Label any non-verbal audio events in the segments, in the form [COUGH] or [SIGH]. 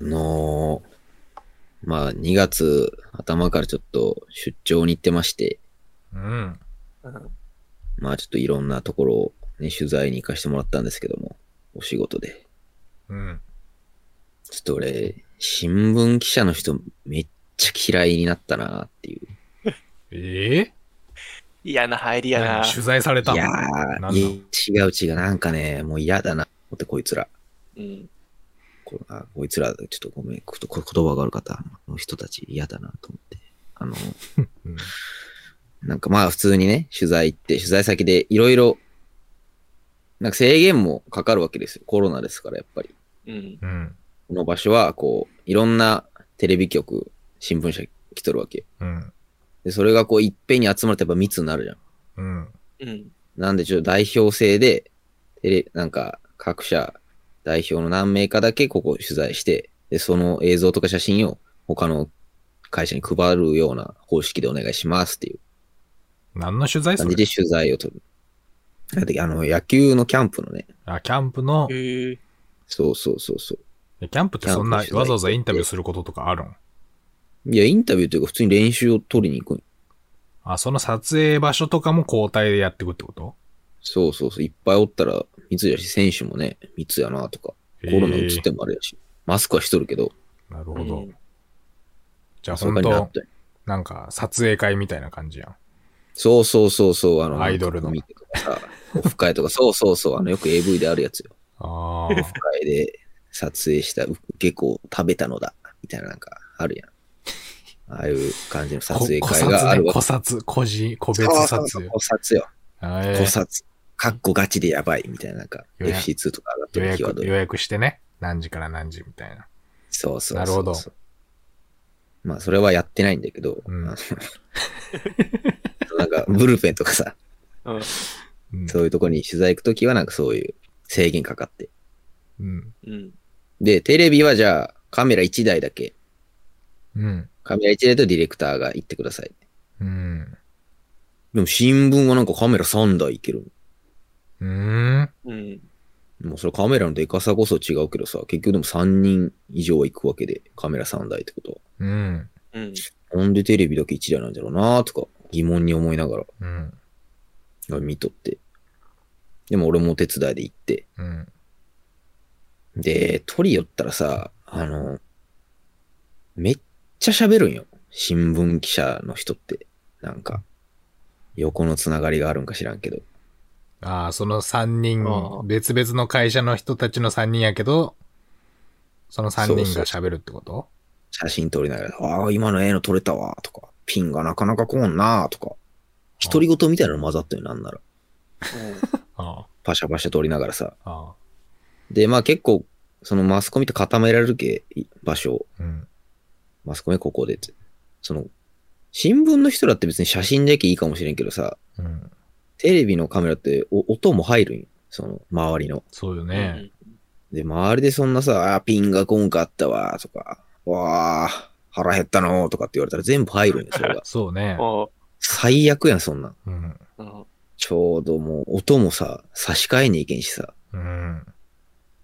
の、まあ、2月頭からちょっと出張に行ってまして、うん。うんまあ、ちょっといろんなところを、ね、取材に行かせてもらったんですけども、お仕事で。うん。ちょっと俺、新聞記者の人めっちゃ嫌いになったなっていう。ええ嫌な入りやな。取材されたいやなんだー、いや違う違う、なんかね、もう嫌だな、思ってこいつら。うん。こあこいつら、ちょっとごめん、ことこ言葉が悪かった。あの人たち嫌だなと思って。あの、うんなんかまあ普通にね、取材行って、取材先でいろいろ、なんか制限もかかるわけですよ。コロナですから、やっぱり。うん。うん。この場所は、こう、いろんなテレビ局、新聞社来とるわけよ。うん。で、それがこう、いっぺんに集まるとやっぱ密になるじゃん。うん。うん。なんでちょっと代表制で、テレ、なんか、各社代表の何名かだけここ取材して、で、その映像とか写真を他の会社に配るような方式でお願いしますっていう何の取材す感るじで取材を取る。だってあの、野球のキャンプのね、あ、キャンプの、キへえ。そうそうそうそャンプってそんなキャンプ取材わざわざインタビューすることとかあるんう。いや、インタビューというか普通に練習を取りに行くん。あ、その撮影場所とかも交代でやってくってことそうそうそう、いっぱいおったら密やし、選手もね、密やなとか、コロナ移ってもあれやし、マスクはしとるけど、えーなるほど。うんじゃあそん本なになっ当たりなんか撮影会みたいな感じやん。そうそうそうそう、あの、アイドルの見てとかさ、オフ会とか、そうそうそう、あの、よく AV であるやつよ。[LAUGHS] あオフ会で撮影した受け子を食べたのだ、みたいななんかあるやん。ああいう感じのあ。撮こ影個会があ撮るね。わ個け。撮、個人、個別そう撮そう影。個撮よ。あえー個撮。かっこガチでやばい、みたいななんか、予約 FC2 とか上がって予るキーワード約、予約してね。何時から何時みたいな。そうそうそうそう。なるほどまあ、それはやってないんだけど、うんあのなんか、ブルペンとかさ、うん。うん。そういうとこに取材行くときは、なんかそういう制限かかって。うん。うん。で、テレビはじゃあ、カメラ1台だけ。うん。カメラ1台とディレクターが行ってください。うん。でも新聞はなんかカメラ3台いけるうん。うん。の。もうそれカメラのデカさこそ違うけどさ、結局でも3人以上は行くわけで、カメラ3台ってことうん。うん。は。なんでテレビだけ1台なんだろうなとか、疑問に思いながうん。ら見とって。でも俺もお手伝いで行って。うん。で、撮り寄ったらさ、あの、めっちゃ喋るんよ。新聞記者の人って。なんか、横のつながりがあるんか知らんけど。ああ、その三人ああ、別々の会社の人たちの三人やけど、その三人が喋るってこと写真撮りながら、ああ、今の絵の撮れたわ、とか、ピンがなかなかこんな、とか、独り言みたいなの混ざったよ、なんなら。あパシャパシャ撮りながらさ。あ。ああ。で、まあ結構、そのマスコミって固められるけ、い場所をうん。マスコミここでって。その、新聞の人だって別に写真だけいいかもしれんけどさ、うん。テレビのカメラってお音も入るんよ。その、周りの。そうようん。ね。。で、周りでそんなさ、あーピンがこんかあったわ、とか、わあ、腹減ったのーとかって言われたら全部入るんよ、それが [LAUGHS] そうね。お最悪やん、そんなん。うん。うん。ちょうどもう音もさ、差し替えにいけんしさ。うん。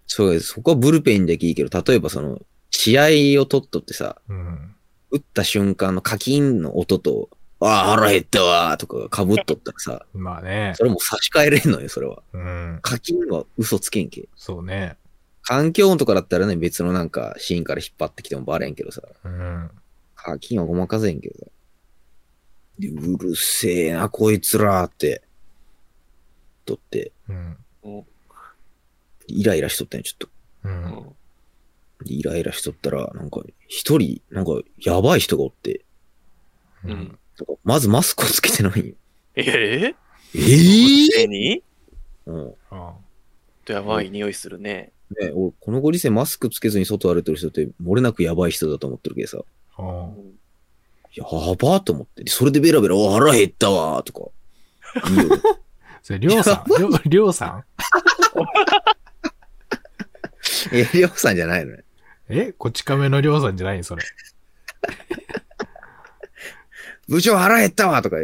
そうそこはブルペンだけいいけど、例えばその、試合を取っとってさ、うん。打った瞬間のカキンの音と、ああ、腹減ったわーとかが被っとったらさ、まあね [LAUGHS] そ。れもう差し替えれんのよ、それは。うん。カキンは嘘つけんけ。そうね。環境音とかだったらね、別のなんかシーンから引っ張ってきてもバレんけどさ、うん。カキンはごまかせんけどさ。でうるせえな、こいつらーって、とって、うん。イライラしとったんよ、ちょっと。う。うんん。でイライラしとったら、なんか、一人、なんか、やばい人がおって、うん。なんかまずマスクをつけてないんよ。ええぇ手にうん。ねあとやばい匂いするね。俺、このご時世マスクつけずに外歩いてる人って、漏れなくやばい人だと思ってるけどさ、あ。うあん。やばーと思って、でそれでベラベラ、お腹減ったわーと [LAUGHS] か。言うよあ。それ、りょうさんりょうりょうさんえ、りょうさんじゃないのね。えこち亀のりょうさんじゃないのそれ。部長腹減ったわーとか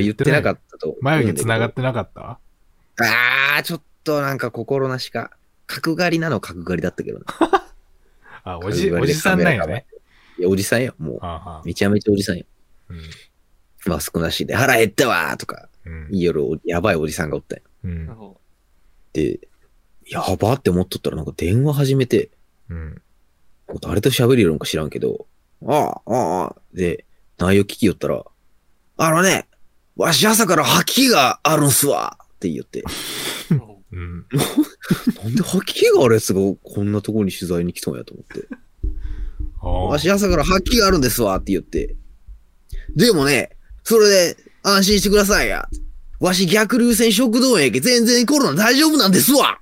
言ってなかったと思うんだけど。眉毛繋がってなかったあー、ちょっとなんか心なしか。角刈りなの角刈りだったけどね。あ、おじ、おじさんなんやね。いや、おじさんよ、もう。はあはあめちゃめちゃおじさんよ。うんマスクなしで、腹減ったわーとか、うん夜、やばいおじさんがおったんようんで、やばって思っとったら、なんか電話始めて、うん誰と喋るよりか知らんけど、ああ、ああ、ああで、内容聞きよったら、あのね、わし朝から吐き気があるんすわって言って、うんなんで吐き気があるやつがこんなところに取材に来たんやと思って、あわあし朝から吐き気があるんですわって言って、でもね、それで安心してくださいや。わし逆流性食道炎やけ全然コロナ大丈夫なんですわ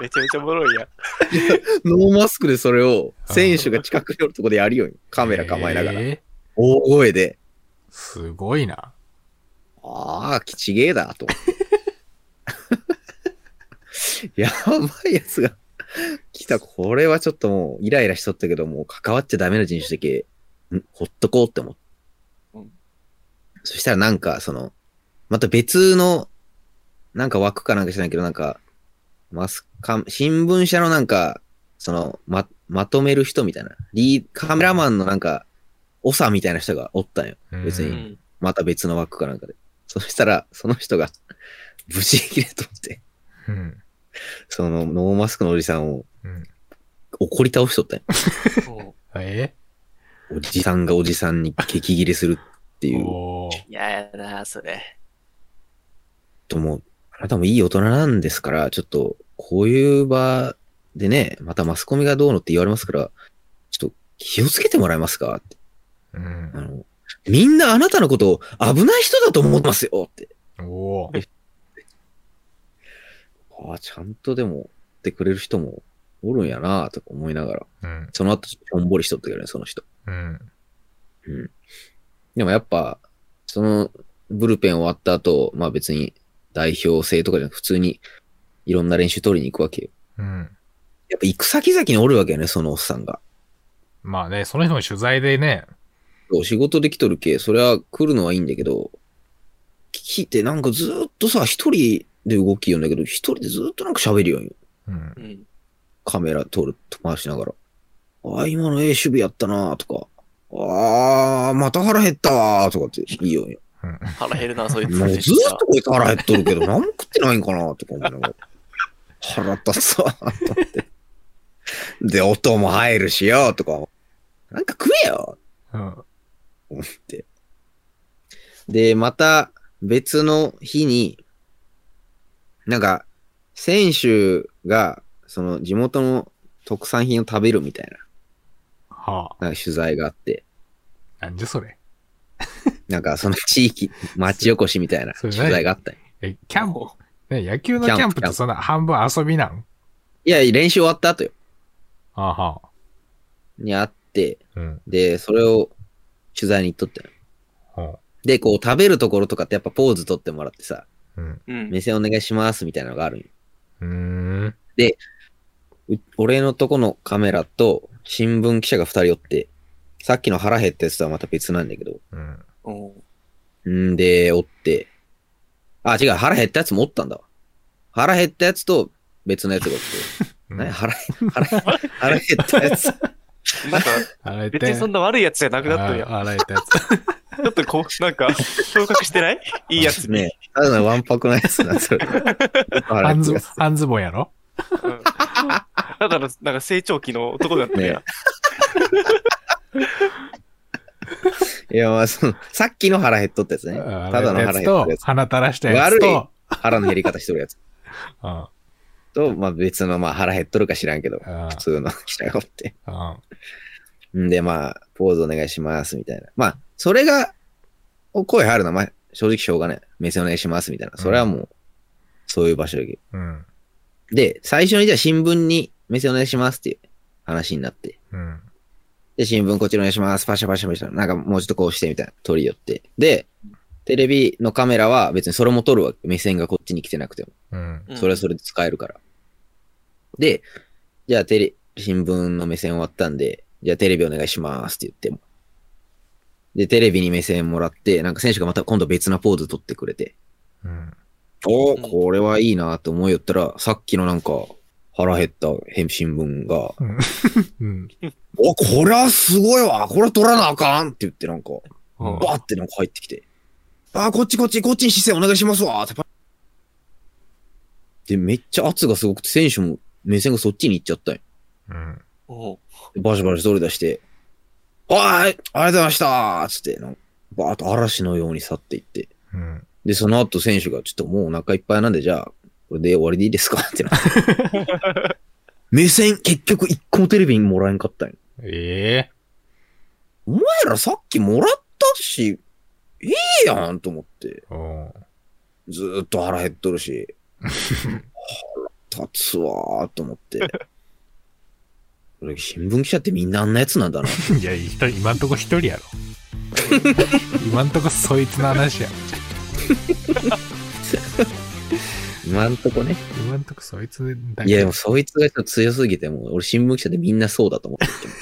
めちゃめちゃおもろいやん。ノーマスクでそれを選手が近くにおるとこでやるように、カメラ構えながら、え大声で、ーすごいな。ああ、きちげえだ、と思 [LAUGHS] って。やばいやつが来た。これはちょっともうイライラしとったけど、もう関わっちゃダメな人種だけ、んほっとこうって思って。うんそしたらなんか、その、また別の、なんか枠かなんか知らないけど、なんか、マスカン新聞社のなんか、その、ま、まとめる人みたいな、リー、カメラマンのなんか、長みたいな人がおったんよ。別うにん。また別の枠かなんかで。そしたら、その人が、 [LAUGHS] 無事切れとって、うん。そのノーマスクのおじさんをうん怒り倒しとったんよおえおじさんがおじさんに激切れするっていうおー嫌やな、それ。とも、あなたもいい大人なんですから、ちょっと、こういう場でね、またマスコミがどうのって言われますから、ちょっと気をつけてもらえますかって。うんあの、みんなあなたのことを危ない人だと思ってますよって。おーああ、ちゃんとでも、ってくれる人もおるんやなぁとか思いながら。うん。その後、しょんぼりしとったけどね、その人。うん。うん。でもやっぱ、その、ブルペン終わった後、まあ別に代表制とかじゃなく普通にいろんな練習取りに行くわけよ。うん。やっぱ行く先々におるわけよね、そのおっさんが。まあね、その人の取材でね、そう仕事できとるけ、それは来るのはいいんだけど、聞いてなんかずーっとさ、一人で動きよんだけど、一人でずーっとなんか喋るよんよ。うんう。ん。カメラ撮る、回しながら。ああ、今の A 守備やったなぁとか。ああ、また腹減ったわーとかって言いよんよ。うん腹減るな、そいつ。もうずーっとこいつ腹減っとるけど、何も食ってないんかなとか思いながら。腹立つわ、と思って。で、音も入るしよ、とか。なんか食えようん。思って。で、また別の日に、なんか、選手が、その地元の特産品を食べるみたいはあ。な、なんか取材があって、なんじゃそれ。なんかその地域、町おこしみたいなそれ取何材があったんよえ、キャンプ、もね、野球のキキャンプャンプっキャンてプそんな半分遊びなんいや、練習終わった後よあはあ。にあって、うん。で、それを取材に行っとったよ。ほで、こう食べるところとかってやっぱポーズ取ってもらってさ、う。うん。ううん。目線お願いしますみたいなのがあるんようーん。う俺のとこのカメラと新聞記者が二人おって、さっきの腹減ったやつとはまた別なんだけど、うん。おうんで、おって、あ、違う、腹減ったやつもおったんだわ。腹減ったやつと別のやつがおって、うん何腹減、腹減、腹減ったやつ。なんか、洗え別にそんなな悪いやつじゃなくなっとるやん。洗えたやちょっとこう、なんか、昇格してないいいやつ [LAUGHS] に。ねただのわんぱくなやつな、 [LAUGHS] それ。つ。腹減半ったズやつ半ズボンやろうんただの、なんか成長期の男だっ [LAUGHS] たやん。いや、まあ、その、さっきの腹減っとったやつね。うんただの洗え腹減ったやつとったとや、つ。鼻垂らしたやつと、腹の減り方してるやつうん。と、まあ別の、まあ腹減っとるか知らんけど、うん普通の記者がおって。うん。んで、まあ、ポーズお願いします、みたいな。まあ、それが、お声入るのは、まあ、正直しょうがない。目線お願いします、みたいな。それはもう、そういう場所だけうん。ど。で、最初にじゃあ新聞に目線お願いしますっていう話になって。うん。で、新聞こっちらお願いします。パシャパシャパシャ。なんかもうちょっとこうしてみたいな。撮り寄って。で、テレビのカメラは別にそれも撮るわけ。目線がこっちに来てなくても。うん。うんそれはそれで使えるから。で、じゃあテレ、新聞の目線終わったんで、じゃあテレビお願いしますって言っても。で、テレビに目線もらって、なんか選手がまた今度別なポーズ撮ってくれて。うん。おうんーこれはいいなと思いよったら、さっきのなんか、腹減った返新聞が、うん。お、これはすごいわこれは取らなあかんって言ってなんか、うんバーってなんか入ってきて、あー、こっちこっち、こっちに視線お願いしますわってパで、めっちゃ圧がすごくて、選手も目線がそっちに行っちゃったんようん。おうでバシバシ取り出して、おいありがとうございましたつって、なんかバーッと嵐のように去っていって。うん。で、その後選手がちょっともうお腹いっぱいなんで、じゃあ、これで終わりでいいですかってなって。 [LAUGHS] 目線、結局一個もテレビにもらえんかったんよ。ええお前らさっきもらったし、いいやんと思って。おうずーっと腹減っとるし、腹立つわーと思って。俺新聞記者ってみんなあんなやつなんだな。いや、一人、今んとこ一人やろ。今んとこそいつの話やろ。今んとこね。今んとこそいつだけ。いや、でもそいつがちょっと強すぎて、もう俺新聞記者でみんなそうだと思ってる。